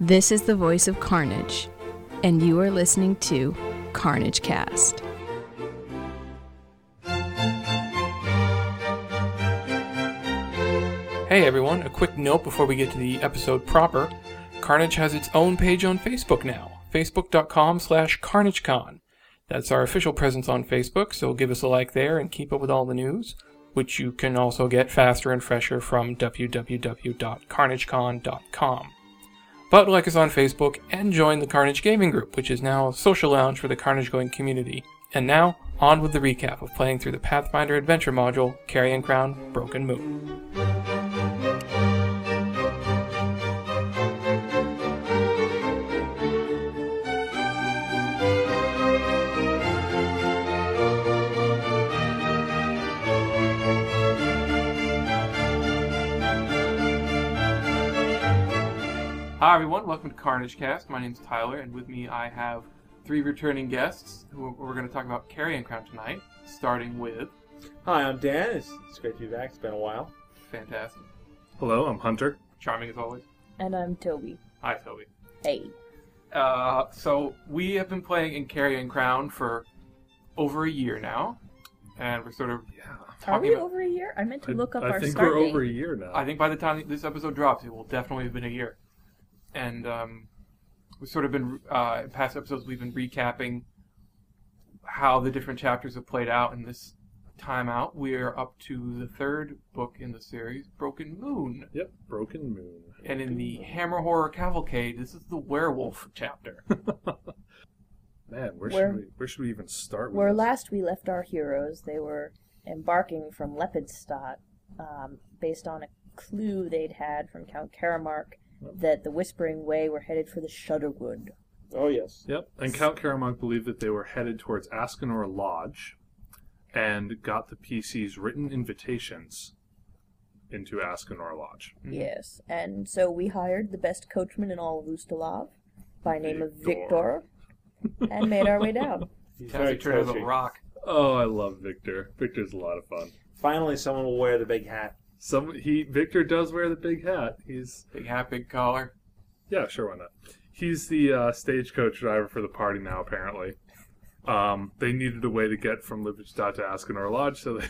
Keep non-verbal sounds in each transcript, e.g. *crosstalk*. This is the voice of Carnage, and you are listening to Carnage Cast. Hey everyone, a quick note before we get to the episode proper. Carnage has its own page on Facebook now, facebook.com slash carnagecon. That's our official presence on Facebook, so give us a like there and keep up with all the news, which you can also get faster and fresher from www.carnagecon.com. But like us on Facebook and join the Carnage Gaming Group, which is now a social lounge for the Carnage going community. And now, on with the recap of playing through the Pathfinder Adventure module, Carrion Crown, Broken Moon. Hi everyone, welcome to Carnage Cast. My name's Tyler, and with me I have three returning guests who we're going to talk about Carrion Crown tonight, starting with Hi, I'm Dan. It's, it's great to be back. It's been a while. fantastic, Hello, I'm Hunter. charming as always. And I'm Toby. Hi Toby. Hey. Uh, so we have been playing in Carrion Crown for over a year now, and we're sort of Are talking we about. over a year? I meant to look up I our think start we're date. over a year now. I think by the time this episode drops, it will definitely have been a year, and um, we've sort of been uh, in past episodes we've been recapping how the different chapters have played out in this time out. We are up to the third book in the series, Broken Moon. Yep, Broken Moon. *laughs* And in the Hammer Horror Cavalcade, this is the werewolf chapter. Man, where, Where- should we where should we even start? With Where this? last we left our heroes, they were embarking from Lepidstadt um, based on a clue they'd had from Count Karamark that the Whispering Way were headed for the Shudderwood. Oh, yes. Yep, and Count Karamank believed that they were headed towards Ascanor Lodge, and got the PC's written invitations into Ascanor Lodge. Yes. And so we hired the best coachman in all of Ustalav by name of Victor. Victor and made our way down. He's Tazzy Turtle is a cozy. rock. Oh, I love Victor. Victor's a lot of fun. Finally, someone will wear the big hat. Some he Victor does wear the big hat. He's Big hat, big collar. Yeah, sure, why not? He's the uh, stagecoach driver for the party now, apparently. Um, they needed a way to get from Lipstadt to Askinor Lodge, so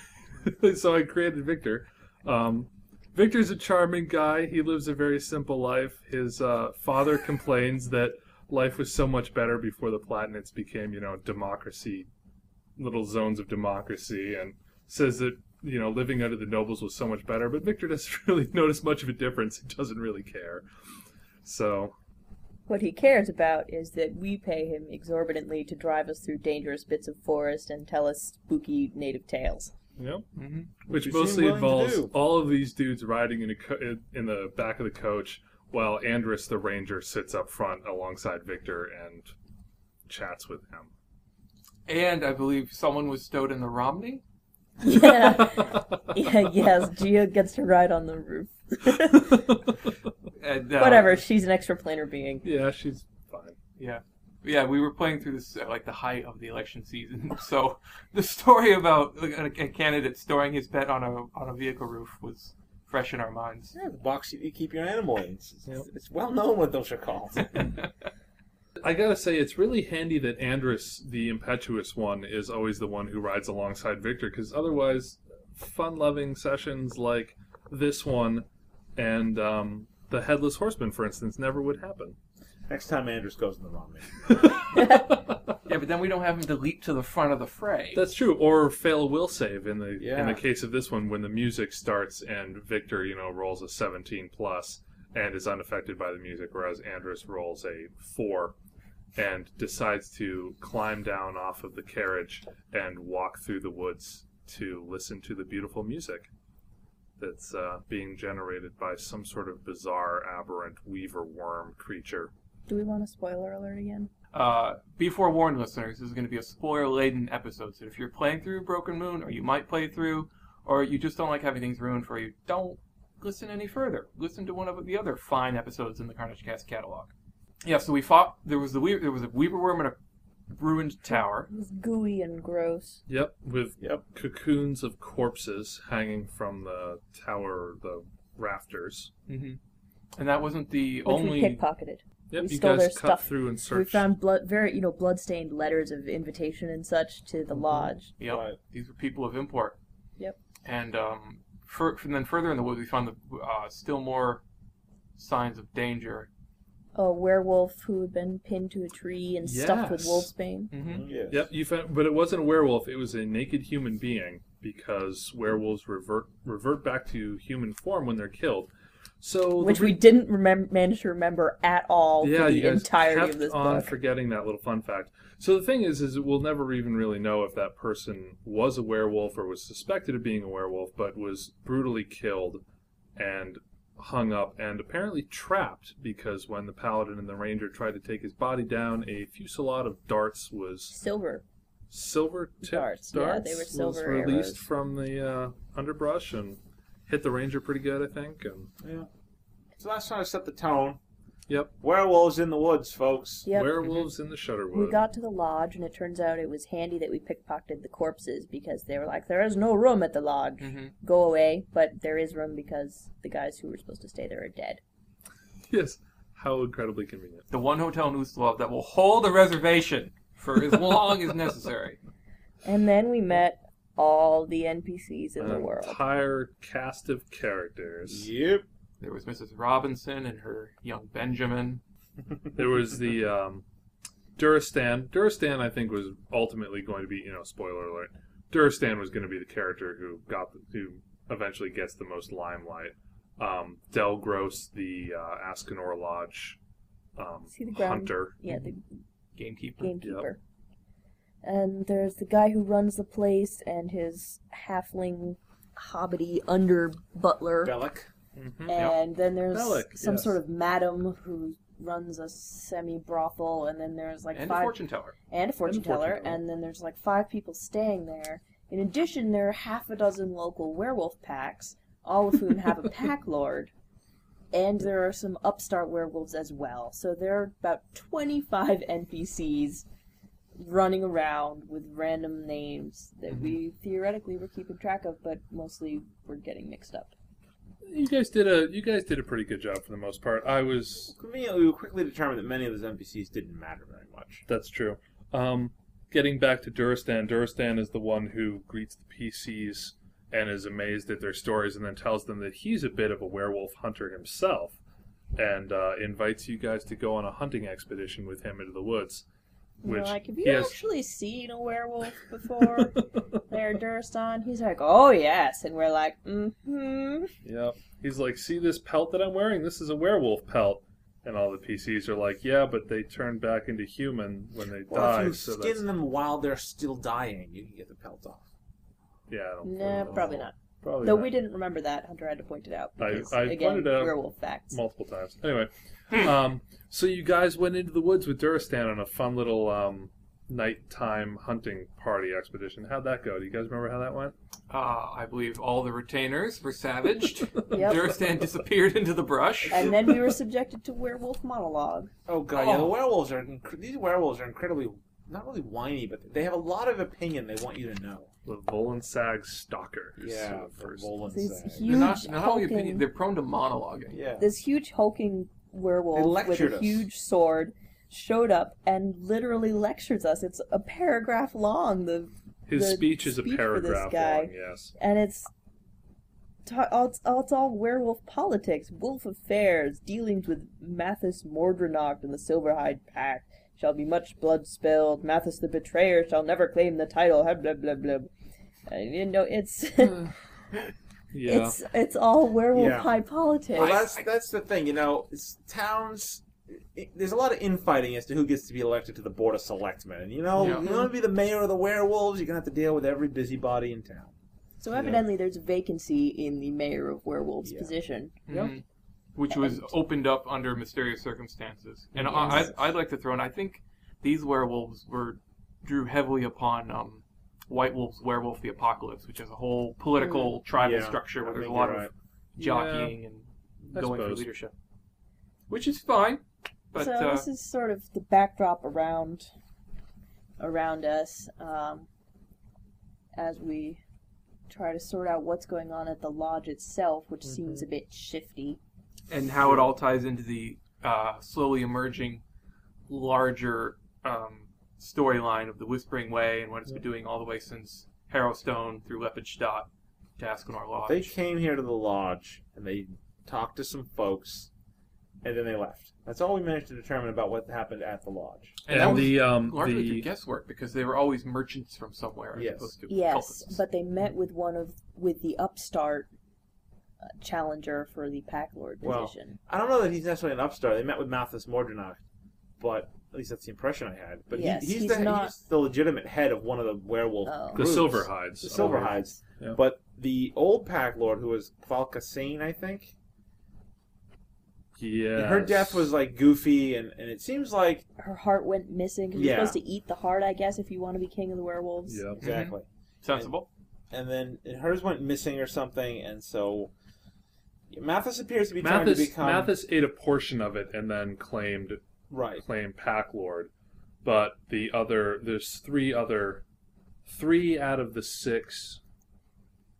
they, *laughs* so I created Victor. Um, Victor's a charming guy. He lives a very simple life. His uh, father complains that life was so much better before the Platinids became, you know, democracy, little zones of democracy, and says that you know living under the nobles was so much better. But Victor doesn't *laughs* really notice much of a difference. He doesn't really care. So What he cares about is that we pay him exorbitantly to drive us through dangerous bits of forest and tell us spooky native tales. Yep. hmm Which you seem mostly willing to involves do. all of these dudes riding in, a co- in- in the back of the coach while Andrus the ranger sits up front alongside Victor and chats with him. And I believe someone was stowed in the Romney. Yeah, yeah, yes. Gia gets to ride on the roof. *laughs* And, uh, Whatever, she's an extraplanar being. yeah, she's fine. Yeah. Yeah, we were playing through this at like the height of the election season. *laughs* So the story about like, a, a candidate storing his pet on a on a vehicle roof was fresh in our minds. Yeah, the box you, you keep your animal in. It's, it's, Yep. it's well known what those are called. *laughs* I gotta say, it's really handy that Andrus, the impetuous one, is always the one who rides alongside Victor, because otherwise, fun loving sessions like this one and um, the Headless Horseman, for instance, never would happen. Next time Andrews goes in the wrong man. Yeah, but then we don't have him to leap to the front of the fray. That's true. Or fail a will save in the in Yeah. the case of this one when the music starts and Victor, you know, rolls a seventeen plus and is unaffected by the music, whereas Andrus rolls a four and decides to climb down off of the carriage and walk through the woods to listen to the beautiful music that's uh, being generated by some sort of bizarre aberrant weaver worm creature. Do we want a spoiler alert again? Uh, be forewarned, listeners, this is going to be a spoiler laden episode. So if you're playing through Broken Moon, or you might play through, or you just don't like having things ruined for you, don't listen any further. Listen to one of the other fine episodes in the Carnage Cast catalog. Yeah, so we fought. There was the weaver, there was a weaver worm and a ruined tower. It was gooey and gross. Yep, with Yep. cocoons of corpses hanging from the tower, the rafters. Mm-hmm. And that wasn't the Which we only. pickpocketed. Yep, We you stole guys their cut stuff. through and We searched. found blood, very you know blood-stained letters of invitation and such to Mm-hmm. the lodge. Yep. Right. These were people of import. Yep. And um, fur- and then further in the woods, we found the, uh, still more signs of danger. A werewolf who had been pinned to a tree and stuffed with Yes. wolfsbane. Mm-hmm. Yes. Yep, you found, but it wasn't a werewolf. It was a naked human being because werewolves revert revert back to human form when they're killed. So the Which we re- didn't remem- manage to remember at all yeah, for you the guys entirety kept of this on book. forgetting that little fun fact. So the thing is, is we'll never even really know if that person was a werewolf or was suspected of being a werewolf, but was brutally killed and hung up and apparently trapped because when the paladin and the ranger tried to take his body down, a fusillade of darts was Silver. silver tipped Darts, darts, yeah, they were was silver released arrows. from the uh, underbrush and hit the ranger pretty good, I think. And Yeah. So that's trying to set the tone. yep, Werewolves in the woods, folks. Yep. mm-hmm. werewolves in the Shutterwood. We got to the lodge, and it turns out it was handy that we pickpocketed the corpses because they were like, "There is no room at the lodge. Mm-hmm. Mhm. Go away." But there is room because the guys who were supposed to stay there are dead. yes, how incredibly convenient. The one hotel in Ustalov that will hold a reservation for as long as *laughs* necessary. And then we met all the NPCs in the An world. entire cast of characters. Yep. There was Mrs. Robinson and her young Benjamin. *laughs* There was the um, Durastan. Durastan, I think, was ultimately going to be you know spoiler alert. Durastan was going to be the character who got the, who eventually gets the most limelight. Um, Del Gross, the uh, Ascanor Lodge um, See the ground- hunter. Yeah, the Gamekeeper. gamekeeper. And there's the guy who runs the place and his halfling hobbity under butler. Bellic. Mm-hmm. and then there's Bellic, some yes. sort of madam who runs a semi brothel and then there's like and a five fortune teller. and a fortune And a fortune teller teller. and then there's like five people staying there. In addition, there are half a dozen local werewolf packs, all of *laughs* whom have a pack lord. And there are some upstart werewolves as well. So there are about 25 NPCs running around with random names Mm-hmm. that we theoretically were keeping track of, but mostly were getting mixed up. You guys did a you guys did a pretty good job for the most part. I was Conveniently, we quickly determined that many of those NPCs didn't matter very much. that's true. Um, getting back to Durastan, Durastan is the one who greets the PCs and is amazed at their stories, and then tells them that he's a bit of a werewolf hunter himself, and uh, invites you guys to go on a hunting expedition with him into the woods. Which Which like, have he you has- actually seen a werewolf *laughs* before? there, Durstan. He's like, oh yes, and we're like, mm-hmm. Yep. He's like, see this pelt that I'm wearing? This is a werewolf pelt. And all the PCs are like, yeah, but they turn back into human when they Well, die. if you so skin that's... them while they're still dying, you can get the pelt off. Yeah, I don't No, think- probably not. Probably Though not. we didn't remember that. Hunter had to point it out. Oh, I- Because, I again, pointed out werewolf facts. multiple times. Hmm. Anyway, um, so you guys went into the woods with Durastan on a fun little um, nighttime hunting party expedition. How'd that go? Do you guys remember how that went? Uh, I believe all the retainers were savaged. *laughs* Yep. Durstan disappeared into the brush. and then we were subjected to werewolf monologue. Oh god, yeah. The Oh. werewolves are inc- these werewolves are incredibly not really whiny, but they have a lot of opinion they want you to know. The Volan Sag Stalkers. Yeah, were the first. These Volan huge they're not, not only hulking- opinion, they're prone to monologuing. Yeah. this huge hulking werewolf They with lectured a us. huge sword showed up and literally lectures us. It's a paragraph long. The His the speech is a speech for this paragraph guy. long, yes. and it's ta- all it's, all it's all werewolf politics, wolf affairs, dealings with Mathis Mordrenacht and the Silverhide Pact. Shall be much blood spilled. Mathis the betrayer shall never claim the title. Blah blah blah blah. And, you know, it's *laughs* Yeah. it's it's all werewolf Yeah. high politics. Well, that's that's the thing, you know. It's towns. It, there's a lot of infighting as to who gets to be elected to the board of selectmen, and you know, Yeah. you want to be the mayor of the werewolves, you're gonna have to deal with every busybody in town. so evidently, there's a vacancy in the mayor of werewolves Yeah. position. Mhm. Which was opened up under mysterious circumstances. And I, Yes. I'd, I'd like to throw in, I think these werewolves were drew heavily upon um, White Wolf's Werewolf the Apocalypse, which is a whole political tribal Mm. Yeah, structure where I there's a think lot you're of jockeying I and going for suppose. leadership. Which is fine, but so uh, this is sort of the backdrop around around us um, as we try to sort out what's going on at the lodge itself, which seems a bit shifty. and how it all ties into the uh, slowly emerging larger um, storyline of the Whispering Way and what it's been doing all the way since Harrowstone through Lepidstadt to Askenar Lodge. They came here to the lodge and they talked to some folks, and then they left. That's all we managed to determine about what happened at the lodge. and that and was the um largely through the guesswork because they were always merchants from somewhere as Yes. opposed to Yes, cultists. but they met with one of with the upstart uh, challenger for the pack lord Well, position. I don't know that he's necessarily an upstart. They met with Malthus Mordrenach, but at least that's the impression I had. But he- Yes, he's, he's the, not- he's the legitimate head of one of the werewolf Oh. The the groups. Silverhides. The Silverhides. Yeah. But the old pack lord, who was Falcasane, I think, Yeah. her death was like goofy, and, and it seems like Her heart went missing 'cause Yeah. you're supposed to eat the heart, I guess, if you want to be king of the werewolves. Yeah. exactly. Sensible. and then hers went missing or something, and so Mathis appears to be trying Mathis to become Mathis ate a portion of it and then claimed right. claimed pack lord, but the other there's three other three out of the six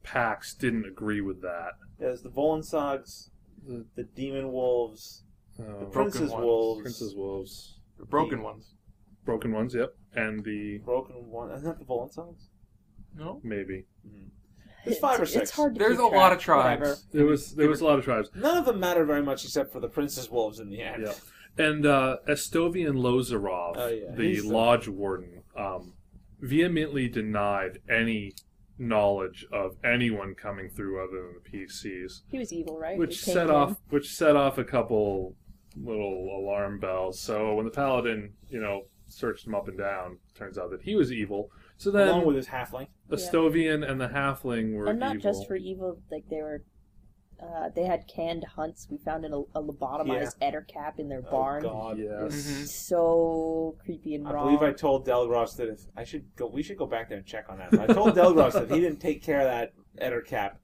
packs didn't agree with that. There's the Volensogs, The, the Demon Wolves, the uh, Broken Prince's Ones. Wolves, Prince's Wolves, The broken ones. broken ones. Yep, and the Broken One. Isn't that the Volensogs? No? maybe Mm-hmm. There's five or It's- six. It's hard to There's keep a lot of track, tribes. whatever. there was there was a lot of tribes. None of them matter very much except for the Prince's Wolves in the end. Yeah. And uh, Estovian Lozarov, Oh, yeah. the He's the- lodge warden, um, vehemently denied any knowledge of anyone coming through other than the PCs, He was evil, right? which We came set to off him. which set off a couple little alarm bells. So when the paladin, you know, searched him up and down, turns out that he was evil. So then Along with his halfling. Estovian and the halfling were and not evil. just for evil. Like they were, uh, they had canned hunts. We found an, a lobotomized Eder cap in their barn. Oh, God. Yes. Mhm. So creepy and I wrong. believe I told Delgros that if I should go, we should go back there and check on that. But I told Delgros that if he didn't take care of that Eder cap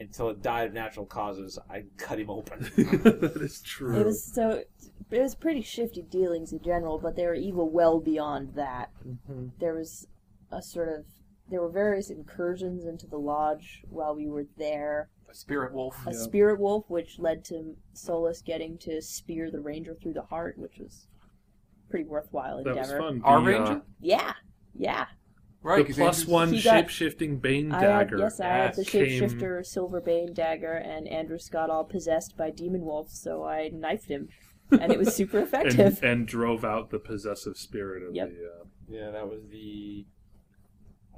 until it died of natural causes, I'd cut him open. *laughs* that is true. It was so. It was pretty shifty dealings in general, but they were evil well beyond that. Mm-hmm. There was a sort of. There were various incursions into the lodge while we were there. A spirit wolf. A spirit wolf, which led to Solus getting to spear the ranger through the heart, which was pretty worthwhile that endeavor. was fun. Our The, uh, ranger? Yeah, yeah. Right. the 'cause plus Andrew's- one He got- shape shifting bane I dagger. had, yes, I had the Yes. shapeshifter Silverbane dagger, and Andrus got all possessed by Demon Wolf, so I *laughs* knifed him, and it was super and, effective. and drove out the possessive spirit of Yep. the. Uh, yeah, that was the.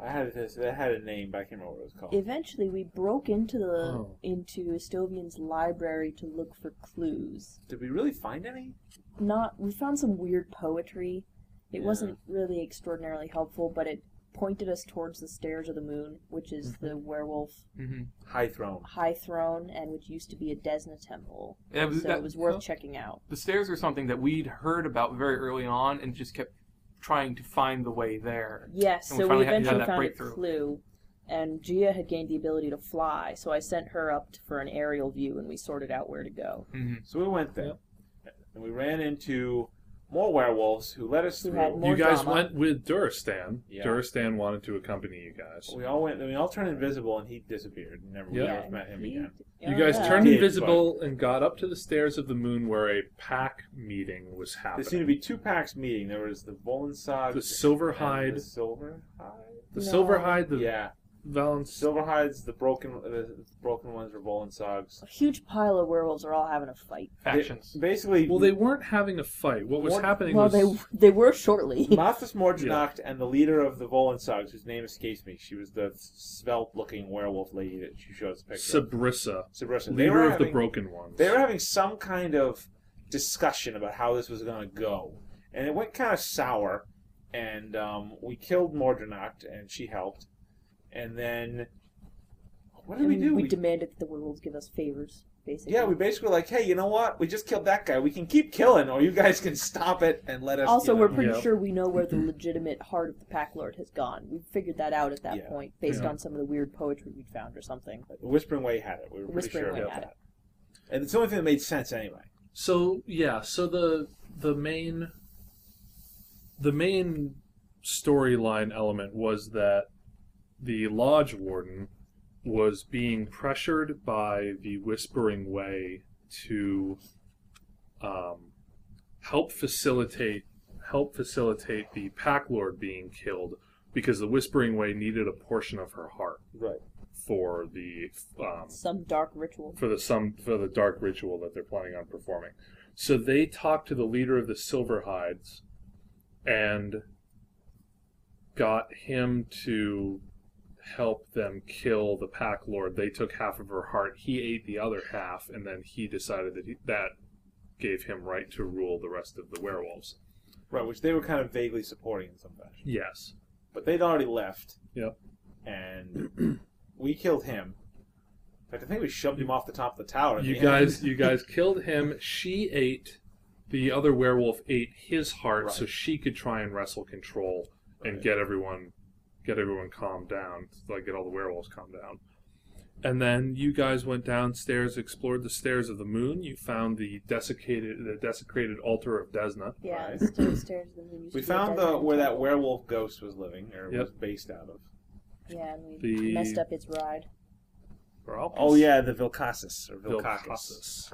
I had this. That had a name, but I can't remember what it was called. Eventually, we broke into the Oh. into Estovian's library to look for clues. Did we really find any? Not, we found some weird poetry. It Yeah. wasn't really extraordinarily helpful, but it pointed us towards the stairs of the moon, which is Mm-hmm. the werewolf Mhm. High Throne. high throne, and which used to be a Desna temple. Yeah, it was- so that- it was worth checking out. The stairs were something that we'd heard about very early on and just kept trying to find the way there. Yes, And we so we finally had- had eventually that found a breakthrough. clue, and Gia had gained the ability to fly, so I sent her up t- for an aerial view, and we sorted out where to go. hmm So we went there, and we ran into more werewolves who let us Who through. had more you guys drama. went with Duristan. Yeah. Duristan wanted to accompany you guys. We all went. We all turned invisible, and he disappeared. and Never, we Yeah. never met him he- again. You oh, guys yeah. turned Did, invisible and got up to the stairs of the moon where a pack meeting was There happening. seemed to be two packs meeting. There was the Volensog, the Silverhide, and the Silverhide. the No. Silverhide, the Yeah, Valens. Silverhides, the broken, uh, the broken ones were Volensogs. A huge pile of werewolves are all having a fight. Factions. They- basically, *laughs* Well, they weren't having a fight. What was What- happening Well, was they they were shortly. Mathis Mordrenacht and the leader of the Volensogs, whose name escapes me. She was the svelte-looking werewolf lady that she showed us a picture. of. Sabrissa, Sabrissa. They leader were of the having- Broken Ones. They were having some kind of discussion about how this was going to go, and it went kind of sour. And um, we killed Mordrenacht, and she helped. And then, what did we And do? We- demanded that the werewolves give us favors, basically. yeah, we basically were like, hey, you know what? We just killed that guy. We can keep killing, or you guys can stop it and let us. Also, you we're know." pretty Yeah. sure we know *clears throat* where the legitimate heart of the Pack Lord has gone. We figured that out at that Yeah. point, based Yeah. on some of the weird poetry we'd found or something. Whispering Way had it. We were pretty Whispering sure Way about had that. And it's the only thing that made sense anyway. So yeah, so the the main the main storyline element was that the lodge warden was being pressured by the Whispering Way to um, help facilitate help facilitate the pack lord being killed because the whispering way needed a portion of her heart Right. for the um, Some dark ritual. for the some for the dark ritual that they're planning on performing. So they talked to the leader of the Silverhides and got him to help them kill the pack lord. They took half of her heart. He ate the other half, and then he decided that he, that gave him right to rule the rest of the werewolves. Right, which they were kind of vaguely supporting in some fashion. Yes. But they'd already left. Yep. And we killed him. In fact, I think we shoved him off the top of the tower. in You the guys, end. you guys killed him. She ate. The other werewolf ate his heart, so Right. she could try and wrestle control and Right. get everyone, get everyone calmed down, like get all the werewolves calmed down. And then you guys went downstairs, explored the stairs of the moon. You found the desiccated, the desecrated altar of Desna. Yeah, Right. it's still stairs. that used We to be a found the dungeon. where that werewolf ghost was living, or Yep. was based out of. Yeah, and we the- messed up its ride. Veralpus. Oh yeah, the Vilcasis or Vilcacus. Vilcacus.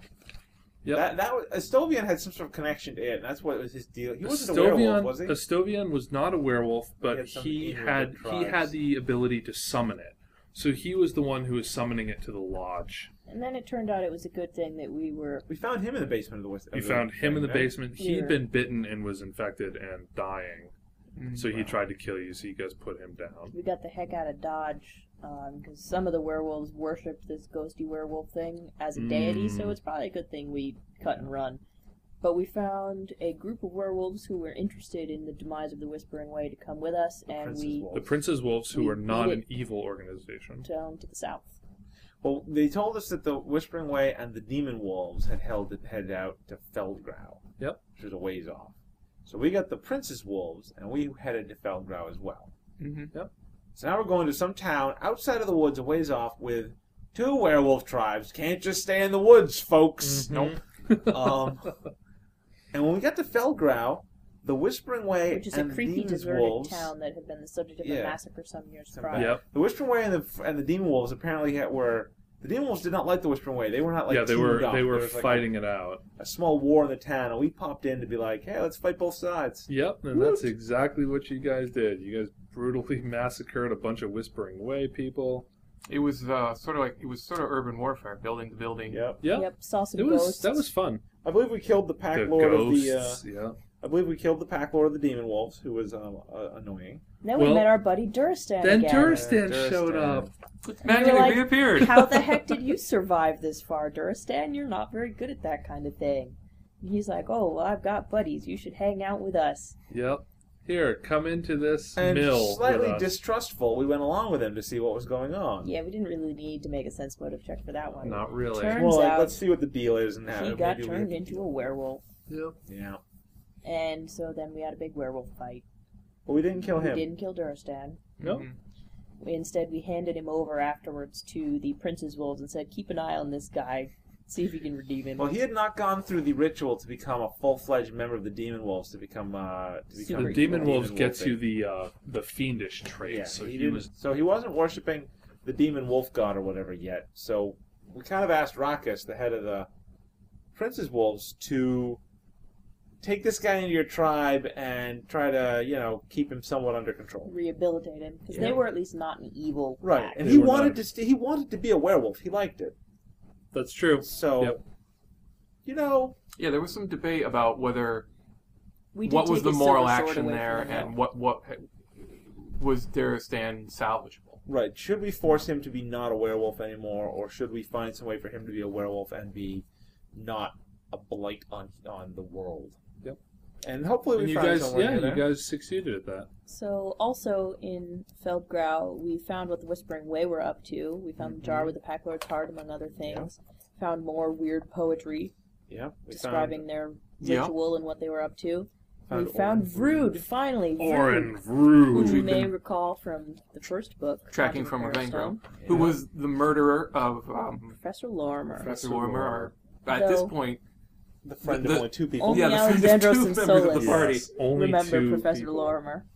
Yep. That that was, Estovian had some sort of connection to it, and that's what was his deal. He wasn't a Estovian, werewolf, was he? Estovian was not a werewolf, He but had some he evil had he tribes. had the ability to summon it. So he was the one who was summoning it to the lodge. And then it turned out it was a good thing that we were We found him in the basement of the West. You of found him in the right? basement. He'd Yeah. been bitten and was infected and dying. Mm, So he wow. tried to kill you. So you guys put him down. we got the heck out of Dodge because some of the werewolves worshipped this ghosty werewolf thing as a deity, so Mm. it's probably a good thing we cut and run. But we found a group of werewolves who were interested in the demise of the Whispering Way to come with us, and Prince's we Wolf. The Prince's Wolves, who We are not beat an it. evil organization. down to the south. Well, they told us that the Whispering Way and the Demon Wolves had held headed out to Feldgrau. Yep. Which was a ways off. So we got the Prince's Wolves, and we headed to Feldgrau as well. hmm So now we're going to some town outside of the woods, a ways off, with two werewolf tribes. Can't just stay in the woods, folks. Mhm. Nope. um, and when we got to Feldgrau, the Whispering Way Which is and a the creepy, Demon's deserted Wolves, town that had been the subject of Yeah. a massacre some years Some prior. bad- Yep. The Whispering Way and the and the Demon Wolves apparently had, were the Demon Wolves did not like the Whispering Way. They were not like yeah, they were teamed up. they were There was, like, fighting it out. a small war in the town, and we popped in to be like, "Hey, let's fight both sides." Yep, and Woot. that's exactly what you guys did. You guys brutally *laughs* massacred a bunch of Whispering Way people. It was uh, sort of like it was sort of urban warfare, building to building. Yep. Yep. Yep, saw some It was ghosts. that was fun. I believe we killed the pack the lord ghosts, of the. Uh, yeah. I believe we killed the pack lord of the demon wolves, who was um, uh, annoying. Then Well, we met our buddy Duristan Then again. Duristan Duristan. showed up. It's We magically were like, reappeared. *laughs* How the heck did you survive this far, Duristan? You're not very good at that kind of thing. And he's like, Oh, well, I've got buddies. You should hang out with us. Yep. Here, come into this And mill. slightly with us. distrustful, we went along with him to see what was going on. Yeah, we didn't really need to make a sense motive check for that one. Not really. Turn- Well, like, out- let's see what the deal is and how he maybe got we turned can- into a werewolf. Yep. Yeah, And so then we had a big werewolf fight. but we didn't kill we him. didn't kill Duristan. Nope. Mhm. Instead, we handed him over afterwards to the Prince's Wolves and said, Keep an eye on this guy. See if you can redeem him. Well, he had not gone through the ritual to become a full-fledged member of the demon wolves to become. Uh, to Super become The Demon demon wolves wolf gets thing. you the uh, the fiendish trait. Yeah, so he he, didn't- was So he wasn't worshiping the demon wolf god or whatever yet. So we kind of asked Rakus, the head of the Prince's Wolves, to take this guy into your tribe and try to, you know, keep him somewhat under control. Rehabilitate him. Because Yeah. they were at least not an evil Right, pack. and They he were wanted not- to st- he wanted to be a werewolf. He liked it. that's true. So, Yep. you know, Yeah, there was some debate about whether We did what was take the his moral silver sword action away from there him, though. and what what was Daristan salvageable. right? Should we force him to be not a werewolf anymore, or should we find some way for him to be a werewolf and be not a blight on on the world? Yep. And hopefully we And you find guys, somewhere yeah, near there. you guys succeeded at that. So, also in Feldgrau, we found what the Whispering Way were up to. We found the Mm-hmm. jar with the Pack Lord's heart, among other things. Found more weird poetry Yeah, we describing their Yeah. ritual and what they were up to. Found we found Orin Vrood, finally. Vrood, who Rude. you we've may been recall from the first book, Tracking Haunting from of Harrowstone, Ravengro, who was the murderer of um, Professor Lorimer. Professor Lorimer. Lorimer. or- At this Though- point, the friend of the- only two people. Only yeah, the- *laughs* there's Alexandros two and members of Solis. the party. Yes, only Remember two Professor people. Lorimer.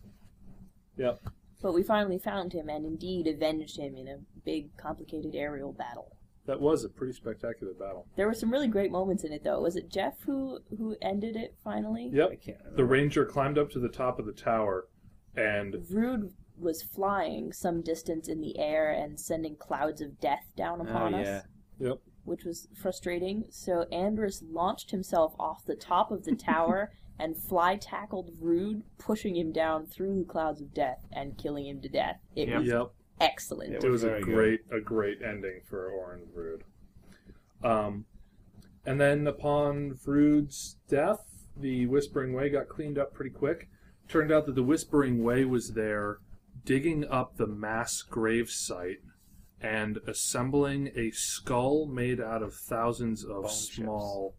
Yep. But we finally found him and indeed avenged him in a big, complicated aerial battle. That was a pretty spectacular battle. There were some really great moments in it, though. Was it Jeff who who ended it finally? I Yep. can't remember. The ranger climbed up to the top of the tower, and Rude was flying some distance in the air and sending clouds of death down upon us, yeah. yep, which was frustrating. So Andrus launched himself off the top of the tower and fly tackled Rude, pushing him down through the clouds of death and killing him to death. It Yeah. was yep. excellent. Yeah. It was a Very good. great a great ending for Orin Vrood. Um, and then upon Vrood's death, the Whispering Way got cleaned up pretty quick. Turned out that the Whispering Way was there digging up the mass grave site and assembling a skull made out of thousands of Bone chips. small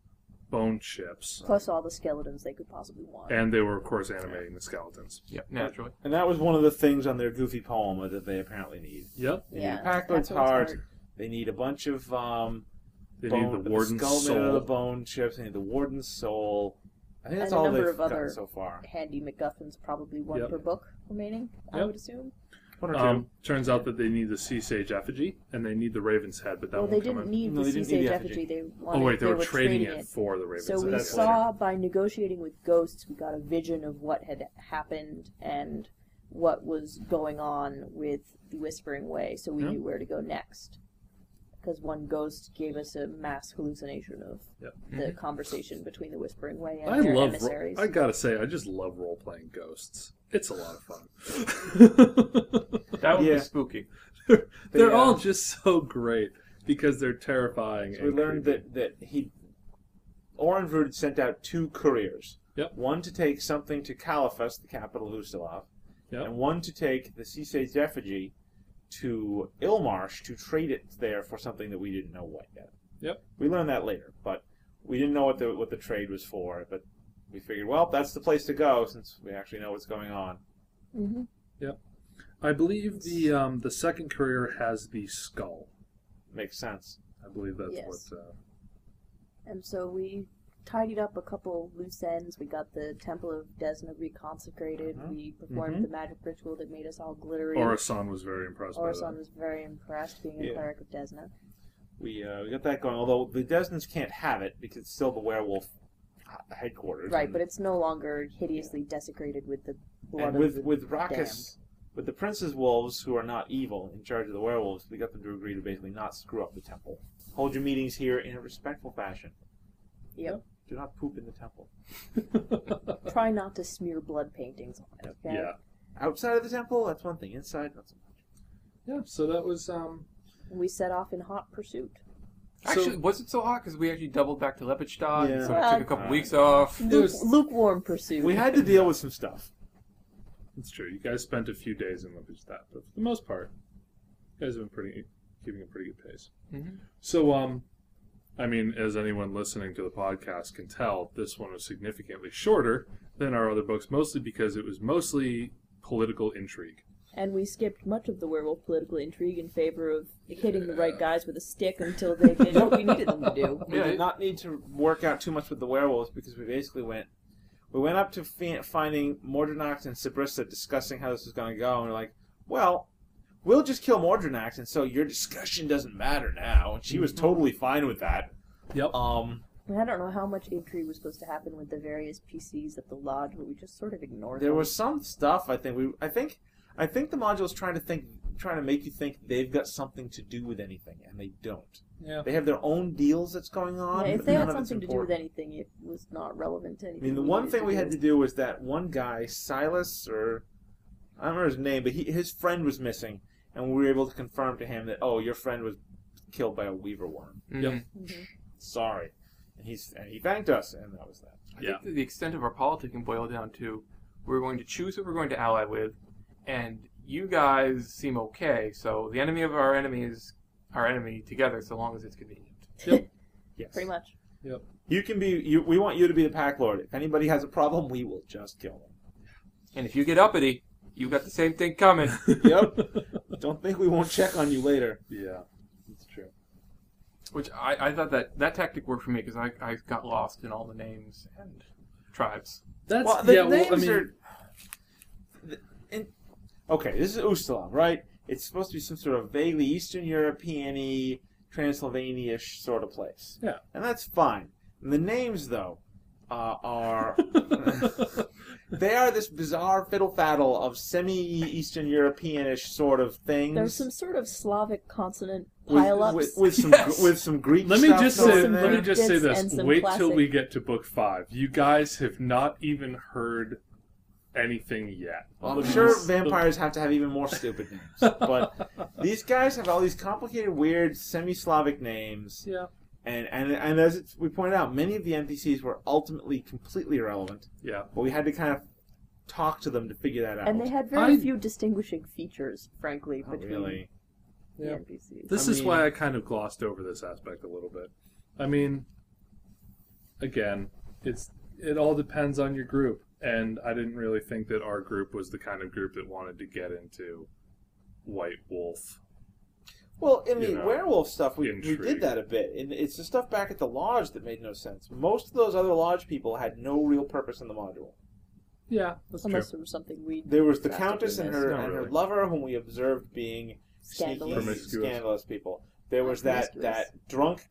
bone chips. Plus all the skeletons they could possibly want. And they were, of course, animating the skeletons. Yeah, naturally. And that was one of the things on their goofy poem that they apparently need. Yep. They Yeah, need Packlet's Packlet's heart. heart. They need a bunch of um, They bone, needed the warden's skull made out of soul. the bone chips. They need the warden's soul. I think that's And a all number they've of other- gotten so far. Handy MacGuffin's probably one Yep. per book remaining, I Yep. would assume. One or two. Um, turns out that they need the sea sage effigy and they need the raven's head, but that well, won't they come didn't in. need No, the they sea didn't need sage the effigy. effigy. They wanted, Oh wait, they, they were, trading, it, it. for the raven's So head. we That's saw by negotiating with ghosts, we got a vision of what had happened and what was going on with the Whispering Way, so we Yeah. knew where to go next. Because one ghost gave us a mass hallucination of Yep. the conversation between the Whispering Way and I their love. emissaries. I gotta say, I just love role playing ghosts. It's a lot of *laughs* fun. That would Yeah. be spooky. they're They, uh, all just so great because they're terrifying. So we and learned creepy. that, that he Orenvrud had sent out two couriers. Yep. One to take something to Caliphus, the capital of Ustalav, Yep. and one to take the Cise's effigy to Ilmarsh to trade it there for something that we didn't know what yet. Yep. We learned that later, but we didn't know what the what the trade was for, but we figured, well, that's the place to go since we actually know what's going on. Mm-hmm. hmm I believe the um, the second courier has the skull. Makes sense. I believe that's Yes. what. Uh, And so we tidied up a couple loose ends. We got the Temple of Desna reconsecrated. Mhm. We performed Mhm. the magic ritual that made us all glittery. Orison was very impressed Orison by was very impressed being a Yeah. cleric of Desna. We uh, we got that going, although the Desnans can't have it because it's still the werewolf h- headquarters. Right, and- but it's no longer hideously desecrated with the blood and of with the with Rackus, with the prince's wolves who are not evil in charge of the werewolves, we got them to agree to basically not screw up the temple. Hold your meetings here in a respectful fashion. Yep. Do not poop in the temple. that. *laughs* Try not to smear blood paintings on it, okay? yeah, Outside of the temple, that's one thing. Inside, not so much. yeah. So that was um, And we set off in hot pursuit. So- Actually, was it so hot? Because we actually doubled back to Lepidstadt, Yeah. so I took a couple weeks off. Luke, was- lukewarm pursuit. We had to deal with some stuff. It's true. You guys spent a few days in Lippstadt, but for the most part, you guys have been pretty keeping a pretty good pace. Mhm. So, um, I mean, as anyone listening to the podcast can tell, this one was significantly shorter than our other books, mostly because it was mostly political intrigue. and we skipped much of the werewolf political intrigue in favor of hitting the right guys with a stick until they did what we needed them to do. We Yeah, did it- not need to work out too much with the werewolves because we basically went. We went up to fi- finding Mordrenax and Sibrissa discussing how this was going to go, and we're like, well, we'll just kill Mordrenax, and so your discussion doesn't matter now. And she was totally fine with that. Yep. Um, And I don't know how much intrigue was supposed to happen with the various PCs at the lodge, but we just sort of ignored there them. was some stuff I think we I think I think the module's trying to think trying to make you think they've got something to do with anything and they don't. Yeah. They have their own deals that's going Yeah, on. if but they none had of it's something to do with important. anything, it was not relevant to I anything. mean the one needed thing we had do. to do was that one guy, Silas or I don't remember his name, but he, his friend was missing and we were able to confirm to him that oh your friend was killed by a weaver worm. Mhm. Mhm. Sorry. And he's and he thanked us and that was that. I think that the extent of our politics can boil down to we're going to choose who we're going to ally with, and you guys seem okay, so the enemy of our enemy is our enemy together so long as it's convenient. Yes. Pretty much. You can be you we want you to be the pack lord. If anybody has a problem, we will just kill them. And if you get uppity, you got the same thing coming. *laughs* yep. Don't think we won't check on you later. Yeah, that's true. Which I, I thought that that tactic worked for me because I, I got lost in all the names and tribes. That's well, the yeah. names well, I mean, are. the- in, okay, this is Ustalav, right? It's supposed to be some sort of vaguely Eastern European y Transylvania-ish sort of place. Yeah. and that's fine. And the names though uh, *laughs* are they are this bizarre fiddle faddle of semi-Eastern Europeanish sort of things. There's some sort of Slavic consonant with, pileups. with, with some Yes. with some Greek. Let me stuff just thrown say. in Let there. me just say Biscuits this. and some Wait till classic- we get to book five. You guys have not even heard anything yet. Well, I'm Look at sure this- vampires have to have even more stupid *laughs* names, but these guys have all these complicated, weird, semi-Slavic names, Yeah. and and and as it's- we pointed out, many of the NPCs were ultimately completely irrelevant, Yeah. but we had to kind of talk to them to figure that out. and they had very I- few distinguishing features, frankly, Not between Oh, really. the Yeah. NPCs. This I is mean- why I kind of glossed over this aspect a little bit. I mean, again, it's it all depends on your group, and I didn't really think that our group was the kind of group that wanted to get into White Wolf. Well, in You the know, werewolf stuff, we, we intrigue. did that a bit, and it's the stuff back at the lodge that made no sense. Most of those other lodge people had no real purpose in the module. Yeah, that's Unless there was something we There was the That's what countess we and missed. her Not and her really. lover, whom we observed being sneaky, Scandalous. Promiscuous. scandalous people. There was that Promiscuous. that drunk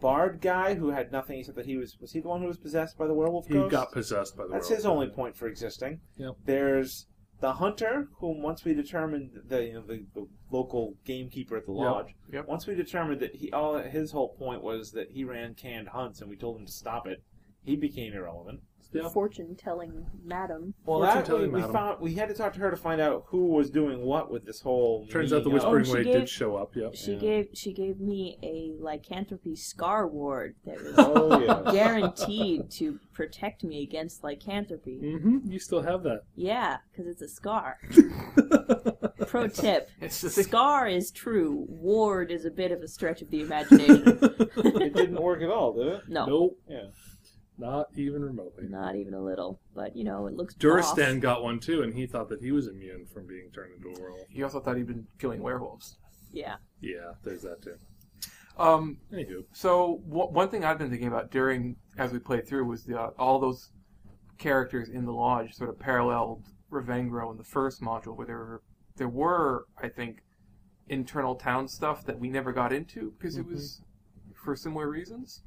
bard guy who had nothing except that he was was he the one who was possessed by the werewolf He ghost? got possessed by the That's werewolf. his only point for existing. Yep. There's the hunter, whom once we determined the you know, the, the local gamekeeper at the Yep. lodge. Yep. Once we determined that he all his whole point was that he ran canned hunts, and we told him to stop it. He became irrelevant. Yeah. fortune telling madam. Well, Fortune that we, telling we madam. found we had to talk to her to find out who was doing what with this whole. Turns out the meeting up. Whispering Oh, she Way gave- did show up. Yep. She Yeah. gave she gave me a lycanthropy scar ward that was Oh yeah. guaranteed to protect me against lycanthropy. Mm-hmm. You still have that. *laughs* Yeah, because it's a scar. *laughs* Pro tip: It's the thing. scar is true. Ward is a bit of a stretch of the *laughs* imagination. it didn't work at all, did it? No, Nope. Yeah. Not even remotely. not even a little. But you know, it looks. Duristan got one too, and he thought that he was immune from being turned into a werewolf. He also thought he'd been killing werewolves. boss. Yeah, Yeah, there's that too. Um, Anywho, So w- one thing I've been thinking about during as we played through was the, uh, all those characters in the lodge sort of paralleled Revengro in the first module, where there were, there were I think internal town stuff that we never got into because it was Mm-hmm. for similar reasons.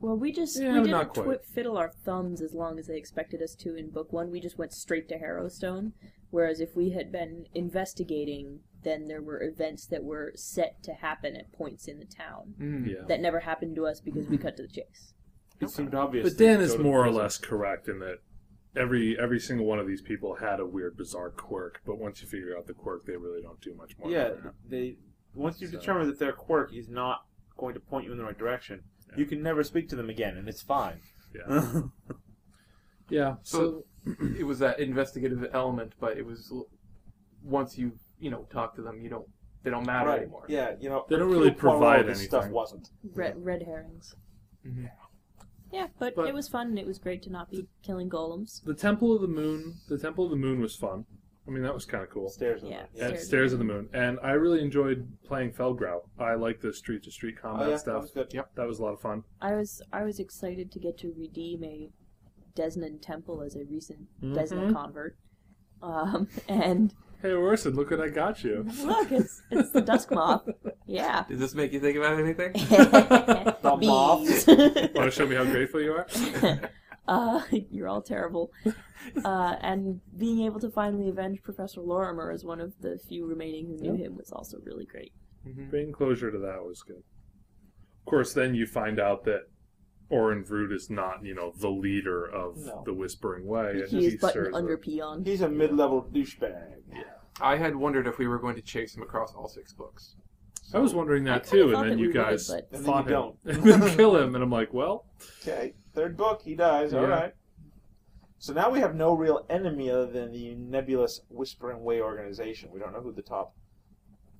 Well, we just Yeah, we didn't not quite. twi- fiddle our thumbs as long as they expected us to in book one. We just went straight to Harrowstone, whereas if we had been investigating, then there were events that were set to happen at points in the town Mm-hmm. Mm. yeah. that never happened to us because we cut to the chase. It seemed obvious. But that Dan he'd is go to more or prison. less correct in that every every single one of these people had a weird, bizarre quirk. But once you figure out the quirk, they really don't do much more. Yeah, than that. they once you So- determine that their quirk is not going to point you in the right direction, Yeah. you can never speak to them again, and it's fine. yeah, yeah. So, So it was that investigative element, but it was l- once you you know talk to them, you don't they don't matter right. anymore. Yeah, you know They don't Hercule really Poirot, provide this stuff anything. wasn't. Red red herrings. Mhm. Yeah, but, Mm-hmm. But- it was fun. and It was great to not be killing golems. the Temple of the Moon, the Temple of the Moon was fun. I mean, that was kind of cool. Stairs. in Yeah. there. And Stairs. Stairs of the Moon, and I really enjoyed playing Felgrau. I like the street to street combat Oh, yeah, that stuff. was good. Yep. That was a lot of fun. I was I was excited to get to redeem a Desnan temple as a recent Mhm. Desnan convert. Um, *laughs* and Hey, Orson, look what I got *laughs* you. look, it's it's the dusk moth. *laughs* Yeah. *laughs* Did this make you think about *laughs* anything? Mm-hmm. the Want to show me how grateful you are? *laughs* uh, you're *laughs* all terrible. Uh, and being able to finally avenge Professor Lorimer as one of the few remaining who knew him was also really great. Mhm. Bringing closure to that was good. Of course, then you find out that Orin Vrood is not, you know, the leader of No. the Whispering Way. and He is but an serves a- under peon. He's a mid-level douchebag. I had wondered if we were going to chase him across all six books. I was wondering I that kinda too, thought and then that you we would, guys but- And then fought you him don't. *laughs* and then kill him, and I'm like, well, Okay, third book, he dies. All Yeah. right. So now we have no real enemy other than the nebulous Whispering Way organization. We don't know who the top,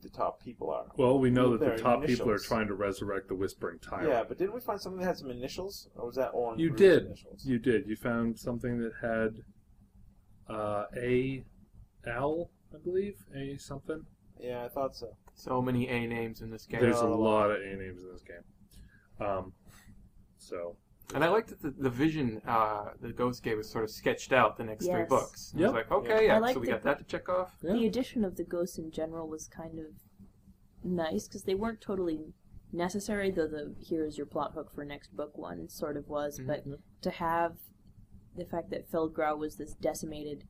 the top people are. well, we know With that their the top people are initials. trying to resurrect the Whispering Tyrant. Yeah, but didn't we find something that had some initials, or was that Orange? you Bruce did, Initials? you did. You found something that had uh, A L, I believe, A something. Yeah, I thought so. So many A names in this game. There's a Yeah. lot of A names in this game. Um, so And I liked that the, the vision uh, the ghost gave was sort of sketched out the next three Yes. books. And I was like, okay, I yeah, liked so we it. got that to check off. Yeah. The addition of the ghosts in general was kind of nice because they weren't totally necessary, though the here's your plot hook for next book one sort of was. But to have the fact that Feldgrau was this decimated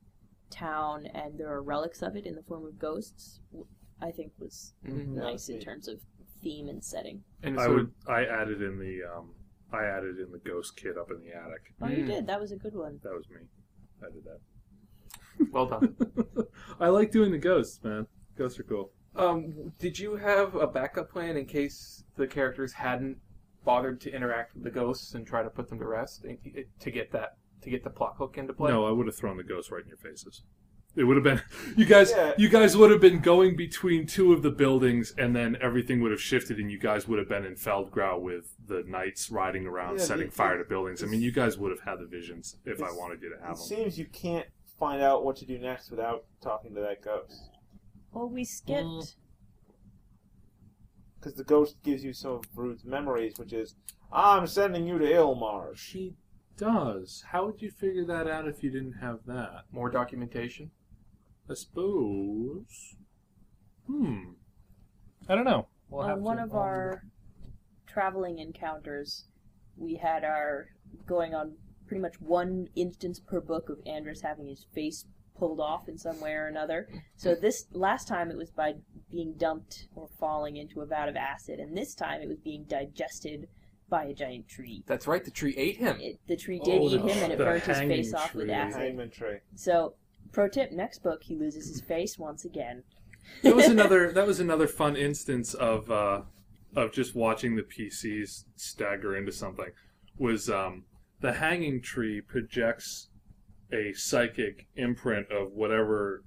town and there are relics of it in the form of ghosts, w- I think was Mhm. Yeah, nice in see. terms of theme and setting. And I so would. I added in the. Um, I added in the ghost kid up in the attic. Oh, you Mm. did. That was a good one. That was me. I did *laughs* that. well done. *laughs* I like doing the ghosts, man. Ghosts are cool. Um, did you have a backup plan in case the characters hadn't bothered to interact with the ghosts and try to put them to rest and, to get that to get the plot hook into play? No, I would have thrown the ghost right in your faces. It would have been *laughs* you guys. Yeah. You guys would have been going between two of the buildings, and then everything would have shifted, and you guys would have been in Feldgrau with the knights riding around, Yeah, setting the- fire to buildings. I mean, it's- you guys would have had the visions if I it's- wanted you to have It them. seems you can't find out what to do next without talking to that ghost. Well, we skipped. Mm. Because the ghost gives you some of Brood's memories, which is, I'm sending you to Ilmar. She does. How would you figure that out if you didn't have that? More documentation. I suppose. Hmm. I don't know. We'll on have Uh, one to- of I'll- our traveling encounters, we had our going on pretty much one instance per book of Andrus having his face pulled off in some way or another. So this last time it was by being dumped or falling into a vat of acid, and this time it was being digested by a giant tree. That's right. The tree ate him. It, the tree did Oh, eat the- him, and it the burnt his face hanging off with tree. acid. Hangman tree. So, pro tip: next book he loses his face once again. that was another that was another fun instance of uh, of just watching the PCs stagger into something was um, the hanging tree projects a psychic imprint of whatever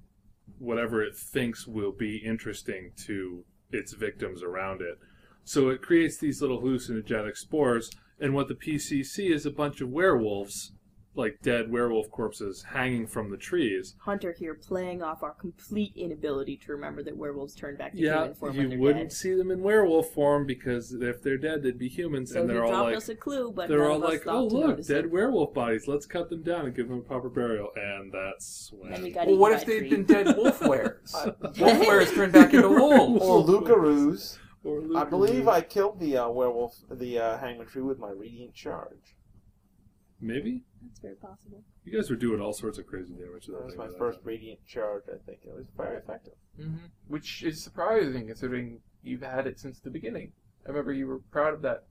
whatever it thinks will be interesting to its victims around it. So it creates these little hallucinogenic spores, and what the PCC is a bunch of werewolves, like dead werewolf corpses hanging from the trees. Hunter here playing off our complete inability to remember that werewolves turn back to Yeah, human form when you they're wouldn't dead. see them in werewolf form because if they're dead, they'd be humans, So and he they're dropped all like, us a clue, but they're none all of us like, thought oh to look, notice dead it. werewolf bodies. Let's cut them down and give them a proper burial. And that's Then we *laughs* when got Well, eaten what by if a they'd tree. been dead *laughs* *laughs* wolfwares? wolfwares turned back into wolves. Or Lucaroos. or I Luke- believe I killed the uh, werewolf, the uh, hangman tree with my radiant charge. maybe That's very possible. you guys were doing all sorts of crazy damage. to That was thing my that first time. radiant charge, I think. It was very effective. hmm Which is surprising considering you've had it since the beginning. I remember you were proud of that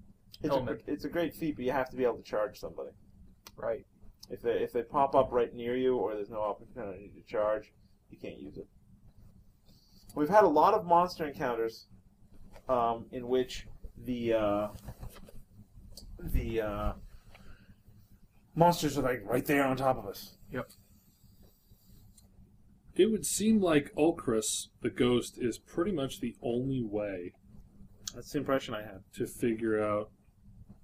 It's, a, Helmet. it's a great feat, but you have to be able to charge somebody. right. If they, if they pop up right near you or there's no opportunity to charge, you can't use it. We've had a lot of monster encounters um, in which the uh, the uh, monsters are like right there on top of us. It would seem like Ulcris, the ghost, is pretty much the only way That's the impression I had. to figure out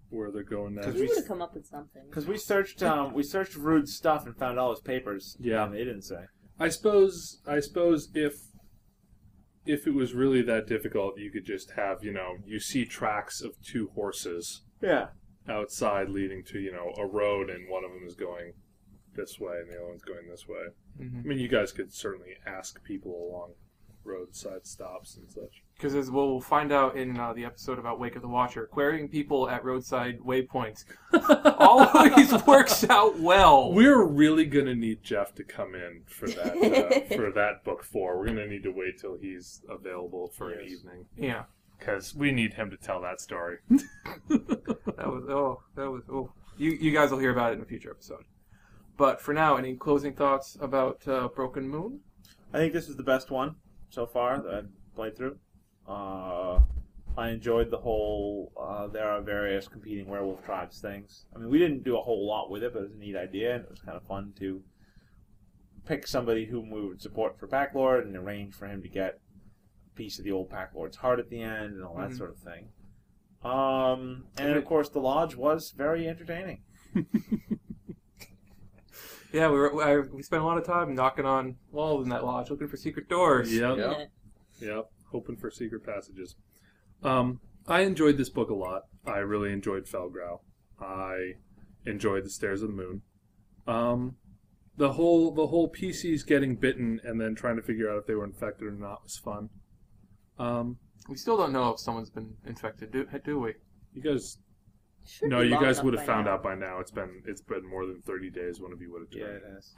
where they're going next. 'Cause You we- would have come up with something. Because we searched um, we searched rude stuff and found all his papers. Yeah. and they didn't say. I suppose I suppose if if it was really that difficult, you could just have you know you see tracks of two horses Yeah, outside leading to you know a road, and one of them is going this way, and the other one's going this way. I Mhm. mean, you guys could certainly ask people along roadside stops and such. Because as we'll find out in uh, the episode about Wake of the Watcher, querying people at roadside waypoints always works out well. We're really gonna need Jeff to come in for that uh, for that book four. We're gonna need to wait till he's available for an Yes. evening yeah, because we need him to tell that story. that was oh, that was oh. You you guys will hear about it in a future episode. But for now, any closing thoughts about uh, Broken Moon? I think this is the best one so far that I've played through. Uh, I enjoyed the whole uh, there are various competing werewolf tribes things. I mean, we didn't do a whole lot with it, but it was a neat idea, and it was kind of fun to pick somebody whom we would support for Packlord and arrange for him to get a piece of the old Packlord's heart at the end and all that Mhm. sort of thing. Um, and of course, the lodge was very entertaining. Yeah, we were, I, we spent a lot of time knocking on walls in that lodge looking for secret doors. Yep. Yeah. Yep, hoping for secret passages. Um, I enjoyed this book a lot. I really enjoyed Felgrau. I enjoyed the Stairs of the Moon. Um, the whole the whole PCs getting bitten and then trying to figure out if they were infected or not was fun. Um, We still don't know if someone's been infected, do, do we? You guys, Should no, be you long guys enough would have by found now. out by now. It's been it's been more than thirty days. One of you would have Yeah, turned. it is.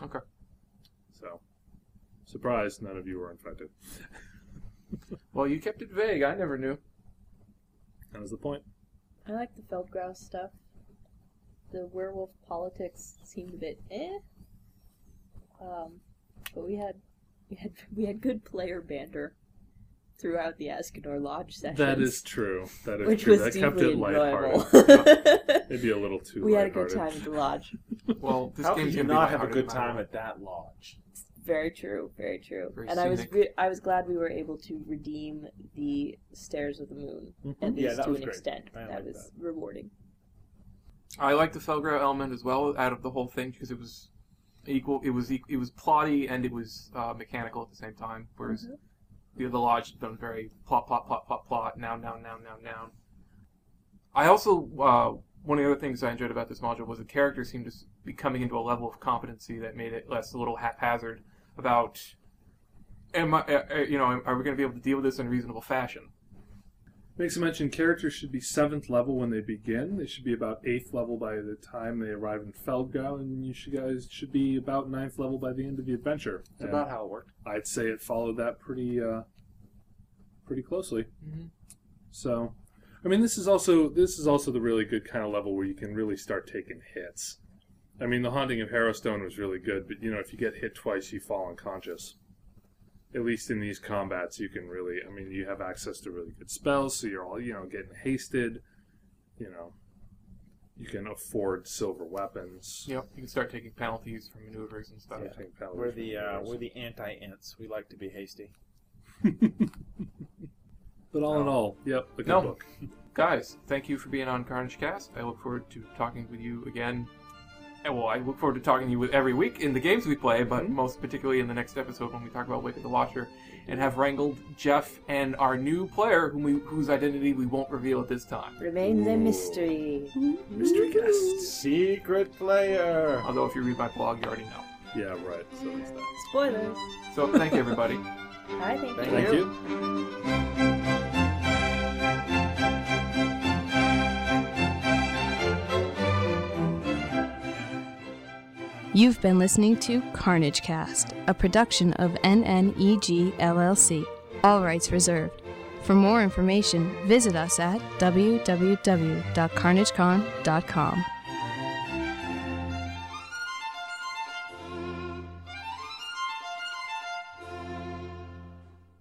So, surprise, none of you were infected. Well, you kept it vague. I never knew. That was the point. I like the Feldgrau stuff. The werewolf politics seemed a bit eh. Um, but we had we had we had good player banter throughout the Askinor Lodge sessions. That is true. That is which true. was That kept deeply it lighthearted. enjoyable. *laughs* *laughs* Maybe a little too we had a good lighthearted. time at the lodge. Well, this How could game's you gonna not be have a lighthearted good no time matter at that lodge? Very true. Very true. Very and I was scenic. re- I was glad we were able to redeem the stairs of the moon at Mhm. least Yeah, that to was an great. extent. I that like was rewarding. what. I like the Felgrau element as well out of the whole thing because it was equal. It was e- it was plotty and it was uh, mechanical at the same time. Whereas the other lodge had been very plot plot plot plot plot now now now now now. I also uh, one of the other things I enjoyed about this module was the characters seemed to s- be coming into a level of competency that made it less a little haphazard about. Am I, uh, uh, you know, am- are we going to be able to deal with this in a reasonable fashion? Makes a mention characters should be seventh level when they begin. They should be about eighth level by the time they arrive in Feldgau, and you should guys should be about ninth level by the end of the adventure. It's And about how it worked. I'd say it followed that pretty uh, pretty closely. Mhm. So, I mean, this is also this is also the really good kind of level where you can really start taking hits. I mean, the haunting of Harrowstone was really good, but you know, if you get hit twice, you fall unconscious. At least in these combats, you can really. I mean, you have access to really good spells, so you're all you know getting hasted. You know, you can afford silver weapons. Yep, you can start taking penalties for maneuvers and stuff. I think that We're was the really uh, nice. we're the anti ants. We like to be hasty. but all in Oh. all, yep, a good No. book. Guys, thank you for being on Carnage Cast. I look forward to talking with you again. And well, I look forward to talking to you with every week in the games we play, but most particularly in the next episode when we talk about Wake of the Watcher and have wrangled Jeff and our new player, whom we, whose identity we won't reveal at this time. Remains a Ooh. mystery. Mystery guests. Secret player. Although, if you read my blog, you already know. Yeah, right. So it's that. Spoilers. So, thank you, everybody. I think Thank Thank you. you. You've been listening to Carnage Cast, a production of E NNEG LLC. All rights reserved. For more information, visit us at www.carnagecon.com.